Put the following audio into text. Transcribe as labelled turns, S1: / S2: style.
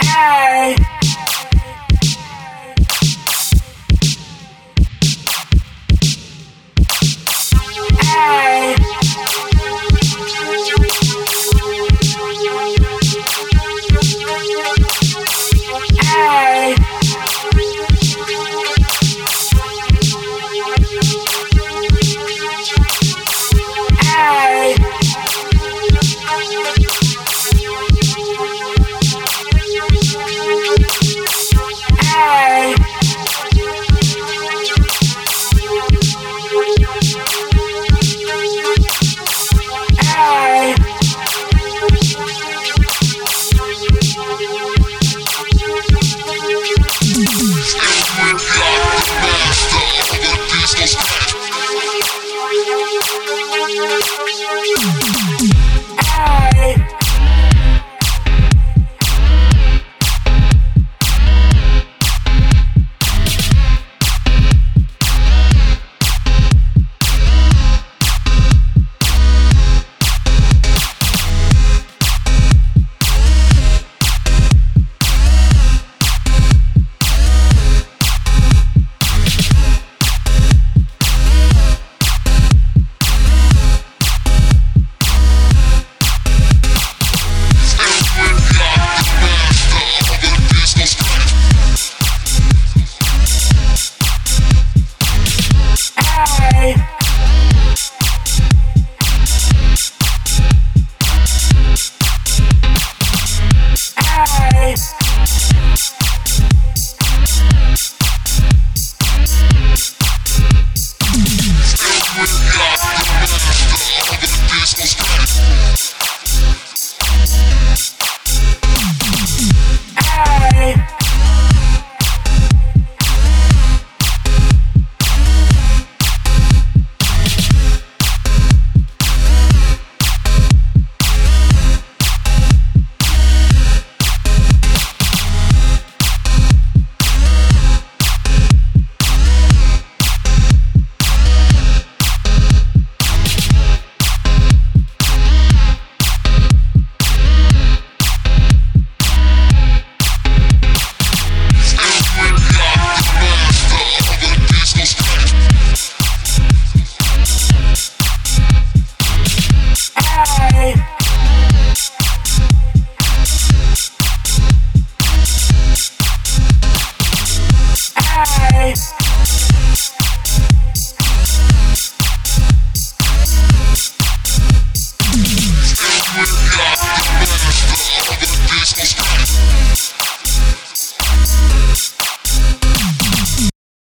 S1: Hey.